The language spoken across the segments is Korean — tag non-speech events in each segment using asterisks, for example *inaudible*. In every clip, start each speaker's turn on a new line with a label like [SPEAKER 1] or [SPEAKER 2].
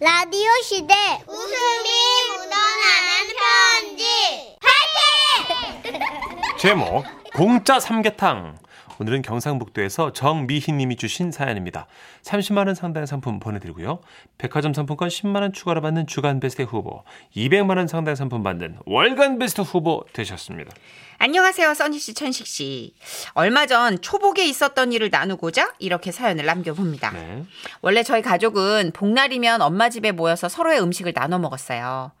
[SPEAKER 1] 라디오 시대 웃음이 묻어나는 편지
[SPEAKER 2] 제목 공짜 삼계탕 오늘은 경상북도에서 정미희님이 주신 사연입니다. 30만 원 상당의 상품 보내드리고요. 백화점 상품권 10만 원 추가로 받는 주간 베스트 후보, 200만 원 상당의 상품 받는 월간 베스트 후보 되셨습니다.
[SPEAKER 3] 안녕하세요, 써니 씨, 천식 씨. 얼마 전 초복에 있었던 일을 나누고자 이렇게 사연을 남겨봅니다.
[SPEAKER 2] 네.
[SPEAKER 3] 원래 저희 가족은 복날이면 엄마 집에 모여서 서로의 음식을 나눠 먹었어요.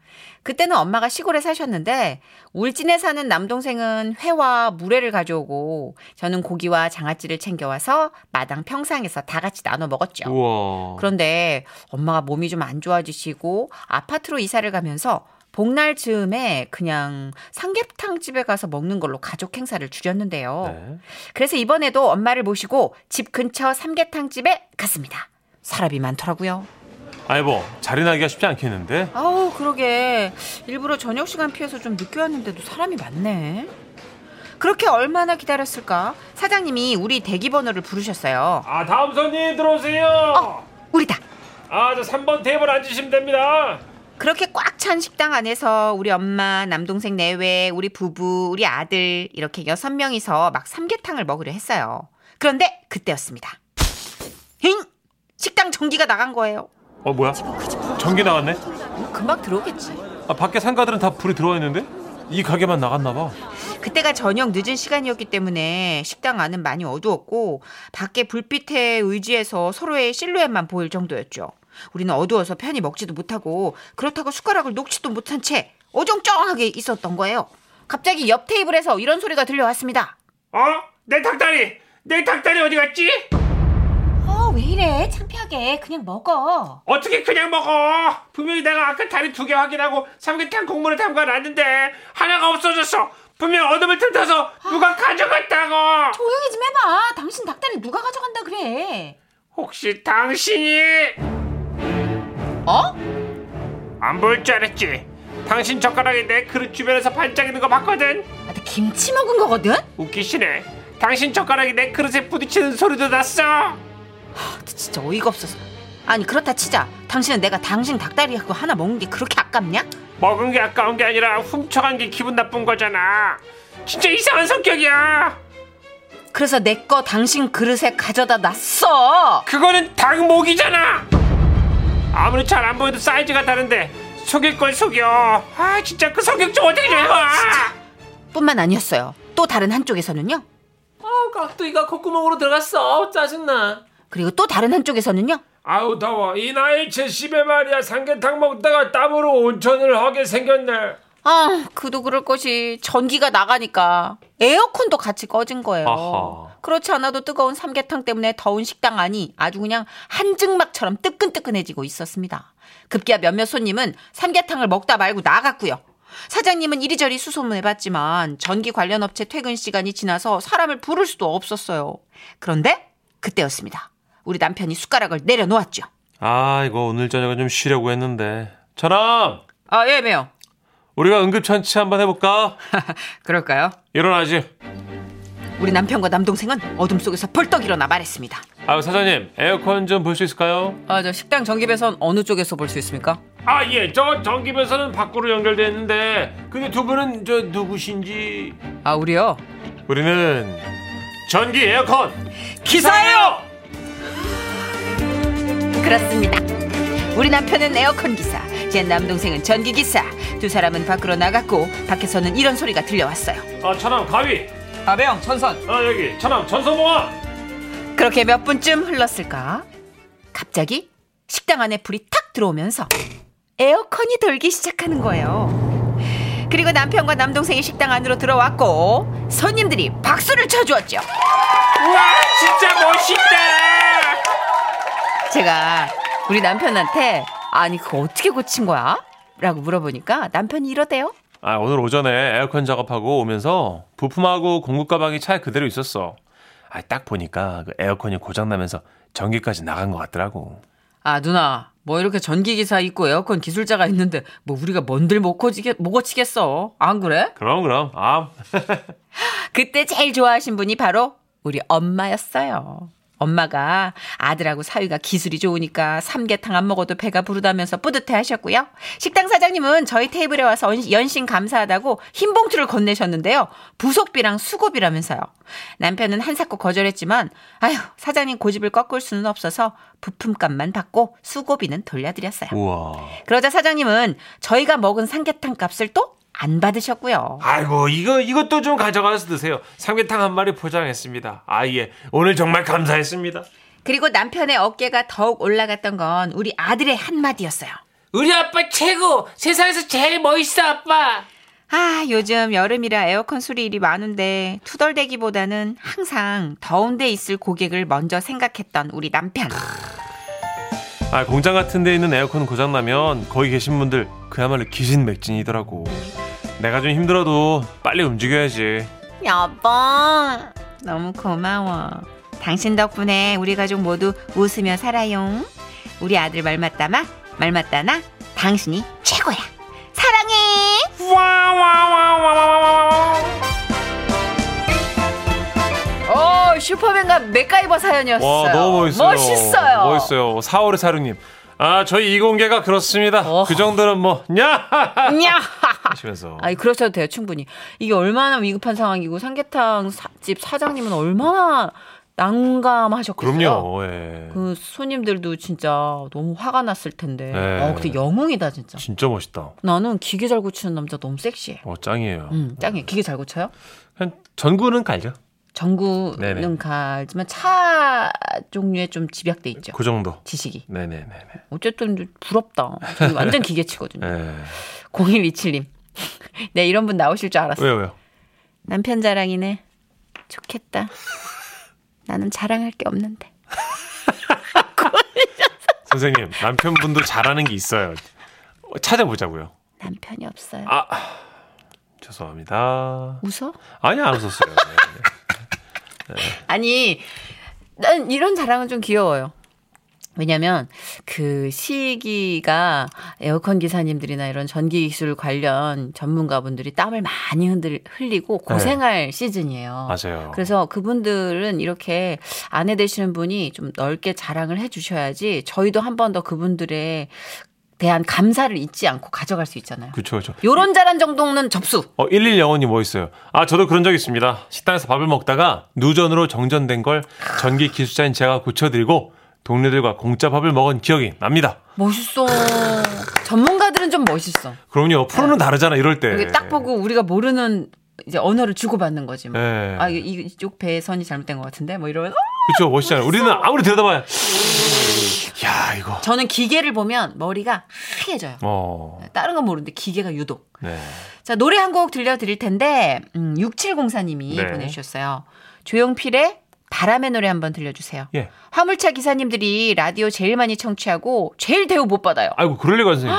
[SPEAKER 3] 그때는 엄마가 시골에 사셨는데 울진에 사는 남동생은 회와 물회를 가져오고 저는 고기와 장아찌를 챙겨와서 마당 평상에서 다 같이 나눠 먹었죠.
[SPEAKER 2] 우와.
[SPEAKER 3] 그런데 엄마가 몸이 좀 안 좋아지시고 아파트로 이사를 가면서 복날 즈음에 그냥 삼계탕 집에 가서 먹는 걸로 가족 행사를 줄였는데요.
[SPEAKER 2] 네.
[SPEAKER 3] 그래서 이번에도 엄마를 모시고 집 근처 삼계탕 집에 갔습니다. 사람이 많더라고요.
[SPEAKER 2] 아이고 뭐, 자리 나기가 쉽지 않겠는데.
[SPEAKER 3] 아우 그러게 일부러 저녁 시간 피해서 좀 늦게 왔는데도 사람이 많네. 그렇게 얼마나 기다렸을까? 사장님이 우리 대기 번호를 부르셨어요.
[SPEAKER 2] 아 다음 손님 들어오세요.
[SPEAKER 3] 우리다.
[SPEAKER 2] 아 저 3번 테이블 앉으시면 됩니다.
[SPEAKER 3] 그렇게 꽉 찬 식당 안에서 우리 엄마, 남동생 내외, 우리 부부, 우리 아들 이렇게 여섯 명이서 막 삼계탕을 먹으려 했어요. 그런데 그때였습니다. 힝! 식당 전기가 나간 거예요.
[SPEAKER 2] 어 뭐야? 전기 나갔네.
[SPEAKER 3] 금방 들어오겠지.
[SPEAKER 2] 아, 밖에 상가들은 다 불이 들어와 있는데 이 가게만 나갔나 봐.
[SPEAKER 3] 그때가 저녁 늦은 시간이었기 때문에 식당 안은 많이 어두웠고 밖에 불빛에 의지해서 서로의 실루엣만 보일 정도였죠. 우리는 어두워서 편히 먹지도 못하고 그렇다고 숟가락을 놓지도 못한 채 어정쩡하게 있었던 거예요. 갑자기 옆 테이블에서 이런 소리가 들려왔습니다.
[SPEAKER 2] 어? 내 닭다리! 내 닭다리 어디 갔지?
[SPEAKER 4] 어, 왜
[SPEAKER 3] 네,
[SPEAKER 4] 이래? 창피하게. 그냥 먹어.
[SPEAKER 2] 어떻게 그냥 먹어? 분명히 내가 아까 다리 두 개 확인하고 삼계탕 국물에 담가놨는데 하나가 없어졌어. 분명 어둠을 틈타서 누가 가져갔다고.
[SPEAKER 4] 조용히 좀 해봐. 당신 닭다리 누가 가져간다 그래.
[SPEAKER 2] 혹시 당신이
[SPEAKER 3] 어?
[SPEAKER 2] 안 보일 줄 알았지? 당신 젓가락이 내 그릇 주변에서 반짝이는 거 봤거든.
[SPEAKER 4] 아, 나 김치 먹은 거거든?
[SPEAKER 2] 웃기시네. 당신 젓가락이 내 그릇에 부딪히는 소리도 났어.
[SPEAKER 3] 진짜 어이가 없어서. 아니 그렇다 치자. 당신은 내가 당신 닭다리 그거 하나 먹는 게 그렇게 아깝냐?
[SPEAKER 2] 먹은 게 아까운 게 아니라 훔쳐간 게 기분 나쁜 거잖아. 진짜 이상한 성격이야.
[SPEAKER 3] 그래서 내 거 당신 그릇에 가져다 놨어.
[SPEAKER 2] 그거는 닭목이잖아. 아무리 잘 안 보여도 사이즈가 다른데 속일 걸 속여. 아 진짜 그 성격 좀 어떻게 아. 좀 해봐.
[SPEAKER 3] 뿐만 아니었어요. 또 다른 한쪽에서는요.
[SPEAKER 5] 아우 깍두기가 콧구멍으로 들어갔어 짜증나
[SPEAKER 3] 그리고 또 다른 한쪽에서는요.
[SPEAKER 5] 아우 더워 이 나이 70에 말이야 삼계탕 먹다가 땀으로 온천을 하게 생겼네
[SPEAKER 3] 아, 그도 그럴 것이 전기가 나가니까 에어컨도 같이 꺼진 거예요.
[SPEAKER 2] 아하.
[SPEAKER 3] 그렇지 않아도 뜨거운 삼계탕 때문에 더운 식당 안이 아주 그냥 한증막처럼 뜨끈뜨끈해지고 있었습니다. 급기야 몇몇 손님은 삼계탕을 먹다 말고 나갔고요. 사장님은 이리저리 수소문해봤지만 전기 관련 업체 퇴근 시간이 지나서 사람을 부를 수도 없었어요. 그런데 그때였습니다. 우리 남편이 숟가락을 내려놓았죠.
[SPEAKER 2] 아 이거 오늘 저녁은 좀 쉬려고 했는데. 천암
[SPEAKER 3] 아, 예, 매요.
[SPEAKER 2] 우리가 응급처치 한번 해볼까?
[SPEAKER 3] *laughs* 그럴까요?
[SPEAKER 2] 일어나지.
[SPEAKER 3] 우리 남편과 남동생은 어둠 속에서 벌떡 일어나 말했습니다.
[SPEAKER 2] 아 사장님 에어컨 좀 볼 수 있을까요?
[SPEAKER 3] 아, 저 식당 전기배선 어느 쪽에서 볼 수 있습니까?
[SPEAKER 2] 아 예 저 전기배선은 밖으로 연결돼 있는데 근데 두 분은 저 누구신지?
[SPEAKER 3] 아, 우리요.
[SPEAKER 2] 우리는 전기 에어컨
[SPEAKER 3] 기사예요! 그렇습니다. 우리 남편은 에어컨 기사, 제 남동생은 전기 기사. 두 사람은 밖으로 나갔고 밖에서는 이런 소리가 들려왔어요.
[SPEAKER 2] 아 천암 가위.
[SPEAKER 3] 아병 천선.
[SPEAKER 5] 어,
[SPEAKER 2] 아 여기 천암 전소봉아.
[SPEAKER 3] 그렇게 몇 분쯤 흘렀을까? 갑자기 식당 안에 불이 탁 들어오면서 에어컨이 돌기 시작하는 거예요. 그리고 남편과 남동생이 식당 안으로 들어왔고 손님들이 박수를 쳐주었죠.
[SPEAKER 2] 우와 진짜 멋있다
[SPEAKER 3] 제가 우리 남편한테 아니 그거 어떻게 고친 거야? 라고 물어보니까 남편이 이러대요.
[SPEAKER 2] 아 오늘 오전에 에어컨 작업하고 오면서 부품하고 공구 가방이 차에 그대로 있었어 아 딱 보니까 그 에어컨이 고장나면서 전기까지 나간 것 같더라고
[SPEAKER 3] 아 누나 뭐 이렇게 전기기사 있고 에어컨 기술자가 있는데 뭐 우리가 뭔들 못 고치겠, 못 고치겠어. 안 그래?
[SPEAKER 2] 그럼 그럼 아
[SPEAKER 3] 그때 제일 좋아하신 분이 바로 우리 엄마였어요. 엄마가 아들하고 사위가 기술이 좋으니까 삼계탕 안 먹어도 배가 부르다면서 뿌듯해 하셨고요. 식당 사장님은 저희 테이블에 와서 연- 연신 감사하다고 흰 봉투를 건네셨는데요. 부속비랑 수고비라면서요. 남편은 한사코 거절했지만 아휴 사장님 고집을 꺾을 수는 없어서 부품값만 받고 수고비는 돌려드렸어요.
[SPEAKER 2] 우와.
[SPEAKER 3] 그러자 사장님은 저희가 먹은 삼계탕 값을 또 안 받으셨고요.
[SPEAKER 5] 아이고 이거 이것도 좀 가져가서 드세요. 삼계탕 한 마리 포장했습니다. 아 예. 오늘 정말 감사했습니다.
[SPEAKER 3] 그리고 남편의 어깨가 더욱 올라갔던 건 우리 아들의 한마디였어요.
[SPEAKER 6] 우리 아빠 최고! 세상에서 제일 멋있어, 아빠!
[SPEAKER 3] 아, 요즘 여름이라 에어컨 수리일이 많은데 투덜대기보다는 항상 더운 데 있을 고객을 먼저 생각했던 우리 남편.
[SPEAKER 2] 아, 공장 같은 데 있는 에어컨 고장나면 거기 계신 분들 그야말로 기신맥진이더라고. 내가 좀 힘들어도 빨리 움직여야지.
[SPEAKER 3] 여보, 너무 고마워. 당신 덕분에 우리 가족 모두 웃으며 살아요. 우리 아들 말 맞다마, 말 맞다나, 당신이 최고야. 사랑해. 어, 슈퍼맨과 맥가이버 사연이었어요.
[SPEAKER 2] 와, 너무 멋있어요.
[SPEAKER 3] 멋있어요.
[SPEAKER 2] 멋있어요. 4월의 사루님. 아, 저희 이공계가 그렇습니다.
[SPEAKER 3] 어.
[SPEAKER 2] 그 정도는 뭐, 냐! *laughs*
[SPEAKER 3] 냐!
[SPEAKER 2] 하시면서.
[SPEAKER 3] 아니 그러셔도 돼요 충분히 이게 얼마나 위급한 상황이고 삼계탕 사- 집 사장님은 얼마나 난감하셨겠어요.
[SPEAKER 2] 그럼요, 예.
[SPEAKER 3] 그 손님들도 진짜 너무 화가 났을 텐데.
[SPEAKER 2] 네.
[SPEAKER 3] 어 근데 영웅이다 진짜.
[SPEAKER 2] 진짜 멋있다.
[SPEAKER 3] 나는 기계 잘 고치는 남자 너무 섹시해.
[SPEAKER 2] 어, 짱이에요.
[SPEAKER 3] 음, 짱이 기계 잘 고쳐요?
[SPEAKER 2] 그냥 전구는 갈죠.
[SPEAKER 3] 전구는
[SPEAKER 2] 네네.
[SPEAKER 3] 가지만 차 종류에 좀 집약돼 있죠.
[SPEAKER 2] 그 정도.
[SPEAKER 3] 지식이.
[SPEAKER 2] 네네네네.
[SPEAKER 3] 어쨌든 좀 부럽다. 저는 완전 기계치거든요.
[SPEAKER 2] 예.
[SPEAKER 3] 0127님. *laughs* 네, 이런 분 나오실 줄 알았어.
[SPEAKER 2] 왜요, 왜요?
[SPEAKER 3] 남편 자랑이네. 좋겠다. 나는 자랑할 게 없는데.
[SPEAKER 2] 선생님, 남편분도 잘하는 게 있어요. 어, 찾아보자고요.
[SPEAKER 3] 남편이 없어요.
[SPEAKER 2] 죄송합니다.
[SPEAKER 3] 웃어?
[SPEAKER 2] 아니, 안 웃었어요.
[SPEAKER 3] 아니, 난 이런 자랑은 좀 귀여워요. 왜냐면 그 시기가 에어컨 기사님들이나 이런 전기 기술 관련 전문가분들이 땀을 많이 흔들 흘리고 고생할 시즌이에요.
[SPEAKER 2] 네. 맞아요.
[SPEAKER 3] 그래서 그분들은 이렇게 아내 되시는 분이 좀 넓게 자랑을 해 주셔야지 저희도 한 번 더 그분들의 대한 감사를 잊지 않고 가져갈 수 있잖아요.
[SPEAKER 2] 그쵸, 그쵸.
[SPEAKER 3] 요런 자랑 정도는 접수.
[SPEAKER 2] 어, 1105님 뭐 있어요? 아, 저도 그런 적 있습니다. 식당에서 밥을 먹다가 누전으로 정전된 걸 전기 기술자인 제가 고쳐드리고 동료들과 공짜 밥을 먹은 기억이 납니다.
[SPEAKER 3] 멋있어. 전문가들은 좀 멋있어.
[SPEAKER 2] 그럼요. 프로는 다르잖아, 이럴 때.
[SPEAKER 3] 이게 네. 딱 보고 우리가 모르는 이제 언어를 주고받는 거지 뭐.
[SPEAKER 2] 네.
[SPEAKER 3] 아, 이- 이- 이쪽 배선이 잘못된 것 같은데 뭐 이러면. 어!
[SPEAKER 2] 그쵸, 멋있잖아요. 우리는 아무리 들여다봐야.
[SPEAKER 3] *laughs*
[SPEAKER 2] 야, 이거.
[SPEAKER 3] 저는 기계를 보면 머리가 하얘져요.
[SPEAKER 2] 어.
[SPEAKER 3] 다른 건 모르는데 기계가 유독.
[SPEAKER 2] 네.
[SPEAKER 3] 자, 노래 한 곡 들려드릴 텐데, 음, 6704님이
[SPEAKER 2] 네.
[SPEAKER 3] 보내주셨어요. 조용필의 바람의 노래 한번 들려주세요.
[SPEAKER 2] 예.
[SPEAKER 3] 화물차 기사님들이 라디오 제일 많이 청취하고 제일 대우 못 받아요.
[SPEAKER 2] 아이고, 그럴 리가 선생님.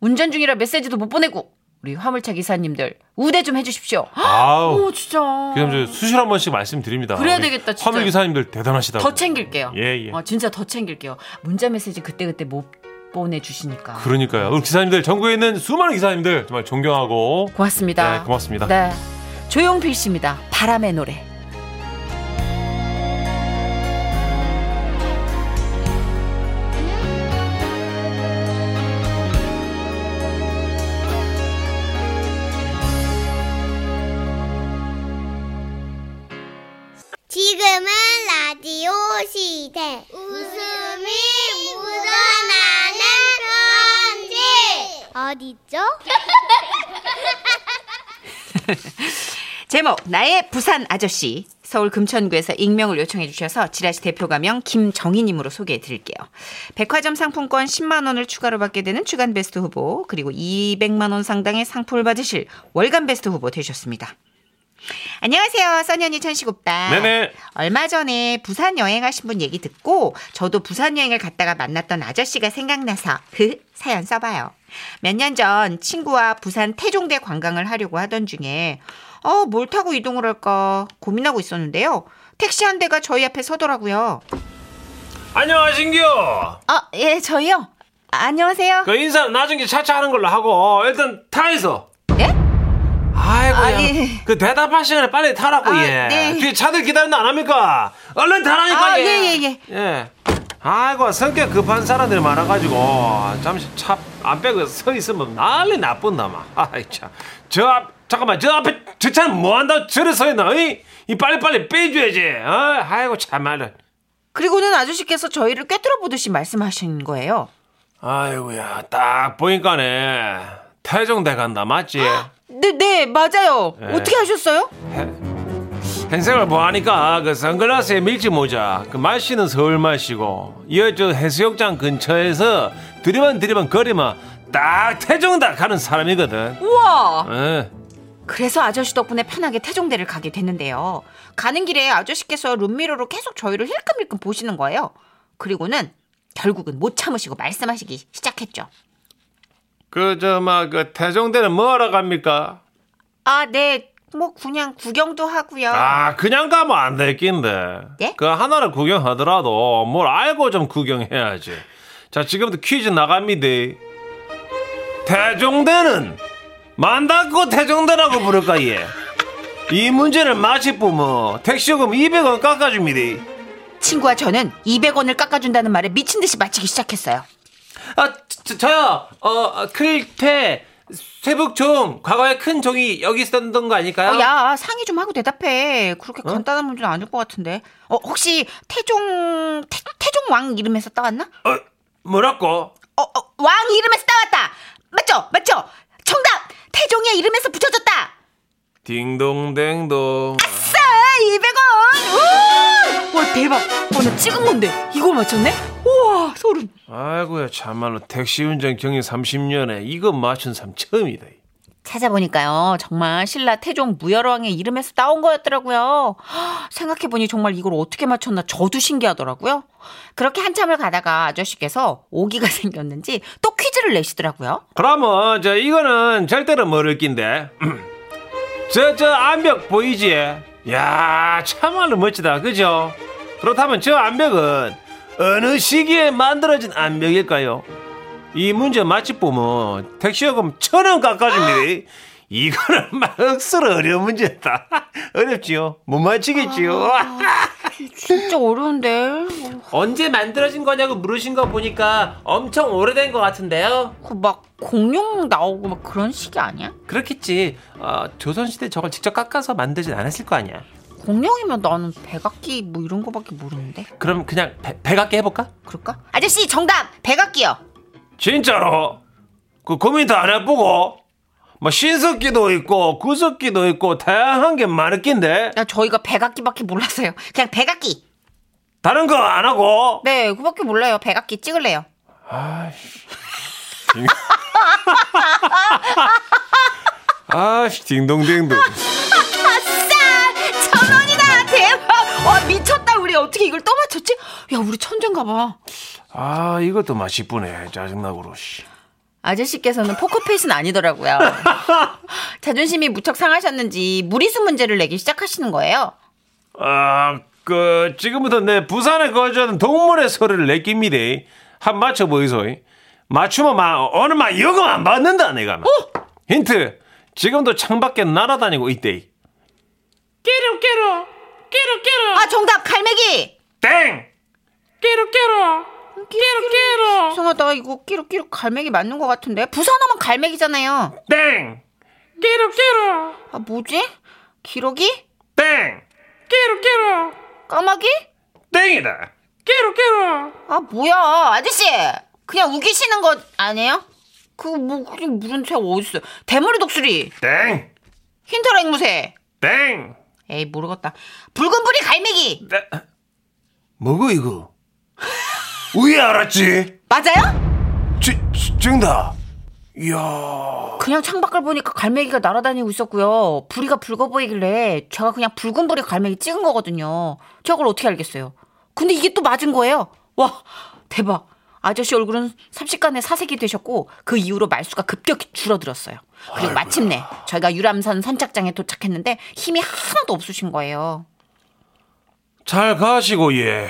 [SPEAKER 3] 운전 중이라 메시지도 못 보내고 우리 화물차 기사님들 우대 좀 해주십시오.
[SPEAKER 2] 아우.
[SPEAKER 3] 오 진짜.
[SPEAKER 2] 어. 기사님들 수시로 한 번씩 말씀드립니다.
[SPEAKER 3] 그래야
[SPEAKER 2] 우리
[SPEAKER 3] 되겠다, 진짜.
[SPEAKER 2] 화물 기사님들 대단하시다고.
[SPEAKER 3] 더 챙길게요.
[SPEAKER 2] 예, 예.
[SPEAKER 3] 어, 진짜 더 챙길게요. 문자 메시지 그때 그때 못 보내주시니까.
[SPEAKER 2] 그러니까요. 우리 기사님들, 전국에 있는 수많은 기사님들 정말 존경하고.
[SPEAKER 3] 고맙습니다.
[SPEAKER 2] 네, 고맙습니다.
[SPEAKER 3] 네. 조용필 씨입니다. 바람의 노래.
[SPEAKER 1] 지금은 라디오 시대. 웃음이 묻어나는 편지. 어디죠?
[SPEAKER 3] 제목 나의 부산 아저씨 서울 금천구에서 익명을 요청해 주셔서 지라시 대표 가명 김정희님으로 소개해 드릴게요. 백화점 상품권 10만 원을 추가로 받게 되는 주간 베스트 후보 그리고 200만 원 상당의 상품을 받으실 월간 베스트 후보 되셨습니다. 안녕하세요. 써니언니 천식 오빠.
[SPEAKER 2] 네네.
[SPEAKER 3] 얼마 전에 부산 여행하신 분 얘기 듣고 저도 부산 여행을 갔다가 만났던 아저씨가 생각나서 그 사연 써봐요. 몇 년 전 친구와 부산 태종대 관광을 하려고 하던 중에 어, 뭘 타고 이동을 할까 고민하고 있었는데요. 택시 한 대가 저희 앞에 서더라고요.
[SPEAKER 5] 안녕하신겨.
[SPEAKER 3] 아, 예, 저희요. 안녕하세요.
[SPEAKER 5] 그 인사는 나중에 차차 하는 걸로 하고 일단 타에서.
[SPEAKER 3] 예?
[SPEAKER 5] 어, 아이 말고
[SPEAKER 3] 아,
[SPEAKER 5] 그냥
[SPEAKER 3] 예.
[SPEAKER 5] 그 대답할 시간에 빨리 타라고
[SPEAKER 3] 아,
[SPEAKER 5] 예.
[SPEAKER 3] 네.
[SPEAKER 5] 뒤에 차들 기다리는 안 합니까? 얼른 타라니까
[SPEAKER 3] 아,
[SPEAKER 5] 예.
[SPEAKER 3] 예, 예,
[SPEAKER 5] 예. 아이고 성격 급한 사람들이 많아가지고 잠시 차 안 빼고 서 있으면 난리 나쁜 놈아. 아이 참저 앞, 잠깐만 저 앞에 저 차는 뭐 한다고 저래 서 있나? 어이? 이 빨리 빨리 빼줘야지. 어? 아이고 참말로.
[SPEAKER 3] 그리고는 아저씨께서 저희를 꿰뚫어 보듯이 말씀하신 거예요.
[SPEAKER 5] 아이고야 딱 보니까네 태종대 간다 맞지?
[SPEAKER 3] 네, 네, 맞아요. 네.
[SPEAKER 5] 예.
[SPEAKER 3] 어떻게 하셨어요?
[SPEAKER 5] 행색을 보하니까 그 선글라스에 밀짚 모자 그 마시는 서울 마시고 이저 해수욕장 근처에서 드리만 드리만 거리면 딱 태종대 가는 사람이거든.
[SPEAKER 3] 우와!
[SPEAKER 5] 예.
[SPEAKER 3] 그래서 아저씨 덕분에 편하게 태종대를 가게 됐는데요. 가는 길에 아저씨께서 룸미러로 계속 저희를 힐끔힐끔 보시는 거예요. 그리고는 결국은 못 참으시고 말씀하시기 시작했죠.
[SPEAKER 5] 그 저 막 그 태종대는 뭐하러 갑니까?
[SPEAKER 3] 아, 네. 뭐 그냥 구경도 하고요.
[SPEAKER 5] 아 그냥 가면 안 될 낀데.
[SPEAKER 3] 예?
[SPEAKER 5] 그 하나를 구경하더라도 뭘 알고 좀 구경해야지. 자 지금부터 퀴즈 나갑니다. 태종대는 만다고 태종대라고 부를까 예. 이 문제를 마치쁘면 택시요금 200원 깎아줍니다.
[SPEAKER 3] 친구와 저는 200원을 깎아준다는 말에 미친 듯이 마치기 시작했어요.
[SPEAKER 5] 아, 저, 저요. 어, 클퇴 쇠북종 과거에 큰 종이 여기 있었던 거 아닐까요? 어?
[SPEAKER 3] 어, 야 상의 좀 하고 대답해. 그렇게 간단한 문제는 아닐 것 같은데. 어 혹시 태종 태, 태종왕 이름에서 따왔나?
[SPEAKER 5] 어, 뭐라고?
[SPEAKER 3] 어, 어, 왕 이름에서 따왔다. 맞죠? 맞죠? 정답! 태종의 이름에서 붙여줬다.
[SPEAKER 5] 딩동댕동.
[SPEAKER 3] 싸! 200원! 우와! 와, 대박. 와, 나 찍은 건데. 이걸 맞췄네? 우와, 소름.
[SPEAKER 5] 아이고야 참말로 택시 운전 경력 30년에 이거 맞춘 사람 처음이다.
[SPEAKER 3] 찾아보니까요, 정말 신라 태종 무열왕의 이름에서 따온 거였더라고요. 헉, 생각해보니 정말 이걸 어떻게 맞췄나 저도 신기하더라고요. 그렇게 한참을 가다가 아저씨께서 오기가 *laughs* 생겼는지 또 퀴즈를 내시더라고요.
[SPEAKER 5] 그러면 저 이거는 절대로 모를 낀데. *clears throat* 저 저 암벽 보이지? 야 참말로 멋지다 그죠? 그렇다면 저 암벽은 어느 시기에 만들어진 암벽일까요? 이 문제 맞히 보면 택시요금 천 원 깎아줍니다. 이거는 *laughs* 막 억수로 어려운 문제다. *laughs* 어렵지요? 못 맞히겠지요? *laughs*
[SPEAKER 3] 진짜 어려운데.
[SPEAKER 6] 언제 만들어진 거냐고 물으신 거 보니까 엄청 오래된 것 같은데요.
[SPEAKER 3] 그막 공룡 나오고 막 그런 식이 아니야?
[SPEAKER 5] 그렇겠지. 어, 조선시대 저걸 직접 깎아서 만들진 않았을 거 아니야.
[SPEAKER 3] 공룡이면 나는 백악기 뭐 이런 거밖에 모르는데.
[SPEAKER 5] 그럼 그냥 배, 배각게 해볼까?
[SPEAKER 3] 그럴까? 아저씨 정답! 백악기요.
[SPEAKER 5] 진짜로? 그 고민 다 안 해보고? 뭐 신석기도 있고 구석기도 있고 다양한 게 많을 낀데
[SPEAKER 3] 야, 아, 저희가 백악기밖에 몰라서요. 그냥 백악기.
[SPEAKER 5] 다른 거 안 하고
[SPEAKER 3] 네, 그밖에 몰라요. 백악기 찍을래요.
[SPEAKER 5] 아씨 딩동댕동 *laughs*
[SPEAKER 3] 아싸! 천 원이다! 대박! 와, 미쳤다. 우리 어떻게 이걸 또 맞췄지? 야, 우리 천재인가 봐.
[SPEAKER 5] 아 이것도 맛있쁘네 짜증나고로 씨.
[SPEAKER 3] 아저씨께서는 포커페이스는 아니더라고요. 자존심이 무척 상하셨는지 무리수 문제를 내기 시작하시는 거예요.
[SPEAKER 5] 아, 아그 지금부터 내 부산에 거주하는 동물의 소리를 내깁니다 한 맞춰 보이소 맞추면 막 오늘 막 요금 안 받는다 내가 막. 힌트 지금도 창밖에 날아다니고 있대
[SPEAKER 6] 깨로 깨로 깨로 깨로
[SPEAKER 3] 아, 정답! 갈매기!
[SPEAKER 5] 땡
[SPEAKER 6] 깨로 깨로 깨로 깨로
[SPEAKER 3] 이상하다. 이거 끼룩끼룩 갈매기 맞는 것 같은데? 부산하면 갈매기잖아요.
[SPEAKER 5] 땡!
[SPEAKER 6] 깨로 깨로
[SPEAKER 3] 아, 뭐지? 기러기?
[SPEAKER 5] 땡!
[SPEAKER 6] 깨로 깨로
[SPEAKER 3] 까마귀?
[SPEAKER 5] 땡이다!
[SPEAKER 6] 깨로 깨로
[SPEAKER 3] 아, 뭐야. 아저씨! 그냥 우기시는 것 아니에요? 그거 뭐, 그게 무슨 책 어딨어. 대머리 독수리!
[SPEAKER 5] 땡!
[SPEAKER 3] 흰털 앵무새!
[SPEAKER 5] 땡!
[SPEAKER 3] 에이, 모르겠다. 붉은 불이 갈매기!
[SPEAKER 5] 땡. 네. 뭐고 이거? 왜 알았지?
[SPEAKER 3] 맞아요?
[SPEAKER 5] 지, 지- 정답! 이야
[SPEAKER 3] 그냥 창밖을 보니까 갈매기가 날아다니고 있었고요. 부리가 붉어 보이길래 제가 그냥 붉은 불이 갈매기 찍은 거거든요. 저걸 어떻게 알겠어요? 근데 이게 또 맞은 거예요. 와, 대박. 아저씨 얼굴은 삽시간에 사색이 되셨고 그 이후로 말수가 급격히 줄어들었어요. 그리고 마침내 저희가 유람선 선착장에 도착했는데 힘이 하나도 없으신 거예요.
[SPEAKER 5] 잘 가시고 예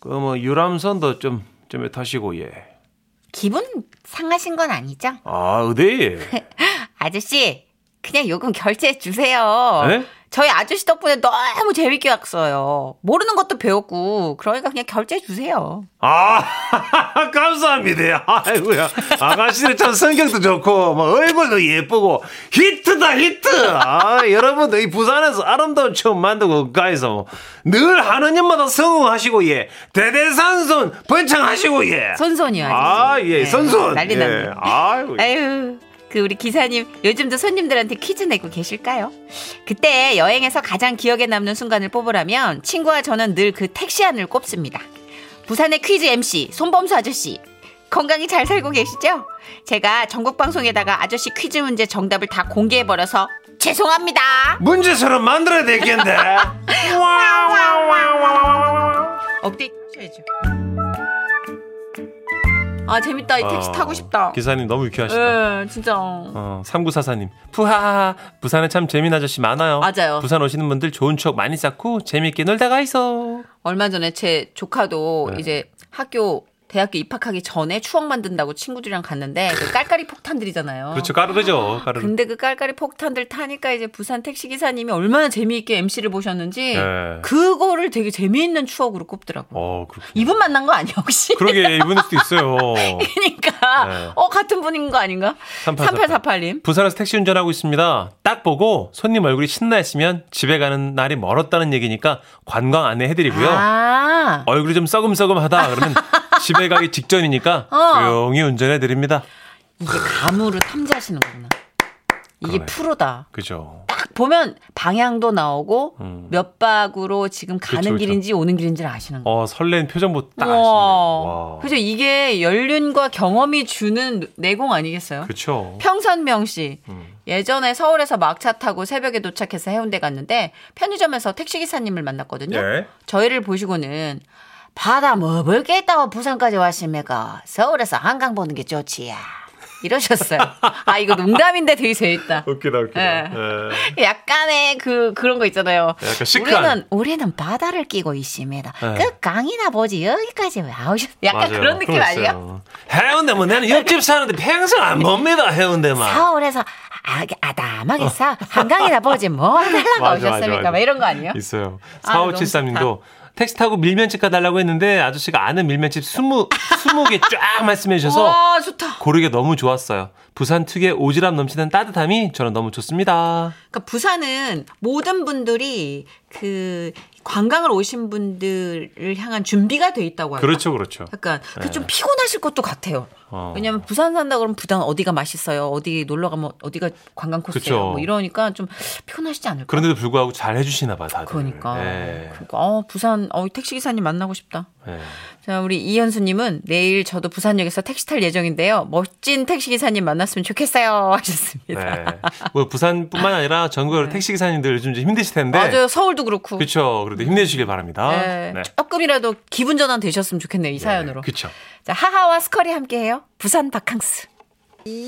[SPEAKER 5] 그 뭐 유람선도 좀 좀에 타시고 예
[SPEAKER 3] 기분 상하신 건 아니죠? *laughs*
[SPEAKER 5] 아, 의대 예.
[SPEAKER 3] 아저씨 그냥 요금 결제해 주세요.
[SPEAKER 2] 네?
[SPEAKER 3] 저희 아저씨 덕분에 너무 재밌게 왔어요. 모르는 것도 배웠고 그러니까 그냥 결제해 주세요.
[SPEAKER 5] 아, *laughs* 감사합니다. 아이고야. 아가씨들 참 성격도 좋고, 뭐, 얼굴도 예쁘고, 히트다, 히트! 아, 여러분들, 이 부산에서 아름다운 처음 만들고, 가에서 뭐, 늘 하는 일마다 성공하시고, 예. 대대산손 번창하시고, 예.
[SPEAKER 3] 손손이요.
[SPEAKER 5] 아,
[SPEAKER 3] 아저씨.
[SPEAKER 5] 예,
[SPEAKER 3] 네,
[SPEAKER 5] 선손.
[SPEAKER 3] 난리
[SPEAKER 5] 예.
[SPEAKER 3] 났네.
[SPEAKER 5] 아이고.
[SPEAKER 3] 아유, 그 우리 기사님 요즘도 손님들한테 퀴즈 내고 계실까요? 그때 여행에서 가장 기억에 남는 순간을 뽑으라면 친구와 저는 늘 그 택시 안을 꼽습니다. 부산의 퀴즈 MC 손범수 아저씨 건강히 잘 살고 계시죠? 제가 전국 방송에다가 아저씨 퀴즈 문제 정답을 다 공개해 버려서 죄송합니다.
[SPEAKER 5] 문제처럼 만들어야
[SPEAKER 3] *laughs*
[SPEAKER 5] 되겠는데.
[SPEAKER 3] 네. 업데이트 하셔야죠. 아 재밌다 이 택시
[SPEAKER 2] 어,
[SPEAKER 3] 타고 싶다.
[SPEAKER 2] 기사님 너무 유쾌하시다.
[SPEAKER 3] 예, 진짜.
[SPEAKER 2] 어, 3944님. 푸하하. 부산에 참 재미난 아저씨 많아요.
[SPEAKER 3] 맞아요.
[SPEAKER 2] 부산 오시는 분들 좋은 추억 많이 쌓고 재미있게 놀다 가 있어.
[SPEAKER 3] 얼마 전에 제 조카도
[SPEAKER 2] 네.
[SPEAKER 3] 이제 학교 대학교 입학하기 전에 추억 만든다고 친구들이랑 갔는데 그 깔깔이 폭탄들이잖아요.
[SPEAKER 2] 그렇죠. 까르르죠. 까르르.
[SPEAKER 3] 어. 근데 그 깔깔이 폭탄들 타니까 이제 부산 택시 기사님이 얼마나 재미있게 MC를 보셨는지
[SPEAKER 2] 예.
[SPEAKER 3] 그거를 되게 재미있는 추억으로 꼽더라고. 요
[SPEAKER 2] 어, 그렇군
[SPEAKER 3] 이분 *laughs* 만난 거 아니야 혹시?
[SPEAKER 2] 그러게 이분일 수도 있어요.
[SPEAKER 3] *laughs* 그러니까
[SPEAKER 2] 네.
[SPEAKER 3] 어 같은 분인 거 아닌가?
[SPEAKER 2] 3848.
[SPEAKER 3] 3848님.
[SPEAKER 2] 부산에서 택시 운전하고 있습니다. 딱 보고 손님 얼굴이 신나했으면 집에 가는 날이 멀었다는 얘기니까 관광 안내 해드리고요.
[SPEAKER 3] 아.
[SPEAKER 2] 얼굴이 좀 썩음썩음하다
[SPEAKER 3] *laughs*
[SPEAKER 2] 그러면 집에 가기 직전이니까
[SPEAKER 3] 어.
[SPEAKER 2] 조용히 운전해 드립니다.
[SPEAKER 3] 이게 가무를 탐지하시는구나. 이게
[SPEAKER 2] 그러네.
[SPEAKER 3] 프로다.
[SPEAKER 2] 그죠?
[SPEAKER 3] 딱 보면 방향도 나오고
[SPEAKER 2] 음. 그렇죠,
[SPEAKER 3] 몇 박으로 지금 가는
[SPEAKER 2] 그쵸, 그쵸.
[SPEAKER 3] 길인지 오는 길인지를 아시는 거예요.
[SPEAKER 2] 어 설레는 표정부터 딱
[SPEAKER 3] 와.
[SPEAKER 2] 아시네요.
[SPEAKER 3] 그죠? 이게 연륜과 경험이 주는 내공 아니겠어요?
[SPEAKER 2] 그렇죠.
[SPEAKER 3] 평선명 씨
[SPEAKER 2] 음.
[SPEAKER 3] 예전에 서울에서 막차 타고 새벽에 도착해서 해운대 갔는데 편의점에서 택시 기사님을 만났거든요.
[SPEAKER 2] 예.
[SPEAKER 3] 저희를 보시고는 바다 먹을 게 있다고 부산까지 왔습니까? 서울에서 한강 보는 게 좋지야. 이러셨어요. 아 이거 농담인데 되게 재밌다.
[SPEAKER 2] 웃기다 웃기다.
[SPEAKER 3] 예. 약간의 그 그런 거 있잖아요.
[SPEAKER 2] 네. 약간 시크한.
[SPEAKER 3] 우리는 우리는 바다를 끼고 있습니다.
[SPEAKER 2] 네.
[SPEAKER 3] 그 강이나 보지 여기까지 왜 아우셨? 약간
[SPEAKER 2] 맞아요.
[SPEAKER 3] 그런 느낌
[SPEAKER 2] 그거
[SPEAKER 3] 아니에요?
[SPEAKER 2] 있어요.
[SPEAKER 5] 해운대 뭐 나는 옆집 사는데 평생 안 봅니다,
[SPEAKER 2] 네.
[SPEAKER 5] 해운대만.
[SPEAKER 3] 서울에서 아, 아담하게 서 한강이나 보지 뭐 달라고
[SPEAKER 2] 맞아, 맞아, 맞아.
[SPEAKER 3] 오셨습니까? 막 이런 거 아니에요?
[SPEAKER 2] *laughs* 있어요.
[SPEAKER 3] 아,
[SPEAKER 2] 4573님도 택시 타고 밀면집 가달라고 했는데 아저씨가 아는 밀면집 20, 20개 쫙 말씀해 주셔서
[SPEAKER 3] 와 좋다.
[SPEAKER 2] 고르게 너무 좋았어요. 부산 특유의 오지랖 넘치는 따뜻함이 저는 너무 좋습니다.
[SPEAKER 3] 그러니까 부산은 모든 분들이 그 관광을 오신 분들을 향한 준비가 돼 있다고 하죠.
[SPEAKER 2] 그렇죠, 그렇죠.
[SPEAKER 3] 약간 그 좀 피곤하실 것도 같아요.
[SPEAKER 2] 어.
[SPEAKER 3] 왜냐면 부산 산다 그러면 부산 어디가 맛있어요? 어디 놀러 가면 어디가 관광 코스예요?
[SPEAKER 2] 그쵸.
[SPEAKER 3] 뭐 이러니까 좀 피곤하시지 않을까?
[SPEAKER 2] 그런데도 불구하고 잘 해주시나 봐, 다들.
[SPEAKER 3] 그러니까.
[SPEAKER 2] 예.
[SPEAKER 3] 그러니까 어, 부산 어, 택시 기사님 만나고 싶다.
[SPEAKER 2] 예.
[SPEAKER 3] 자, 우리 이현수 님은 내일 저도 부산역에서 택시 탈 예정인데요. 멋진 택시 기사님 만났으면 좋겠어요. *laughs* 하셨습니다.
[SPEAKER 2] 네. 뭐 부산뿐만 아니라 전국의 택시 기사님들 요즘 좀 힘드실 텐데.
[SPEAKER 3] 네. 맞아요. 서울도 그렇고.
[SPEAKER 2] 그렇죠. 그래도 힘내시길 바랍니다.
[SPEAKER 3] 예, 조금이라도 기분 전환 되셨으면 좋겠네요. 이 사연으로.
[SPEAKER 2] 그렇죠.
[SPEAKER 3] 자, 하하와 스컬이 함께해요. 부산 바캉스.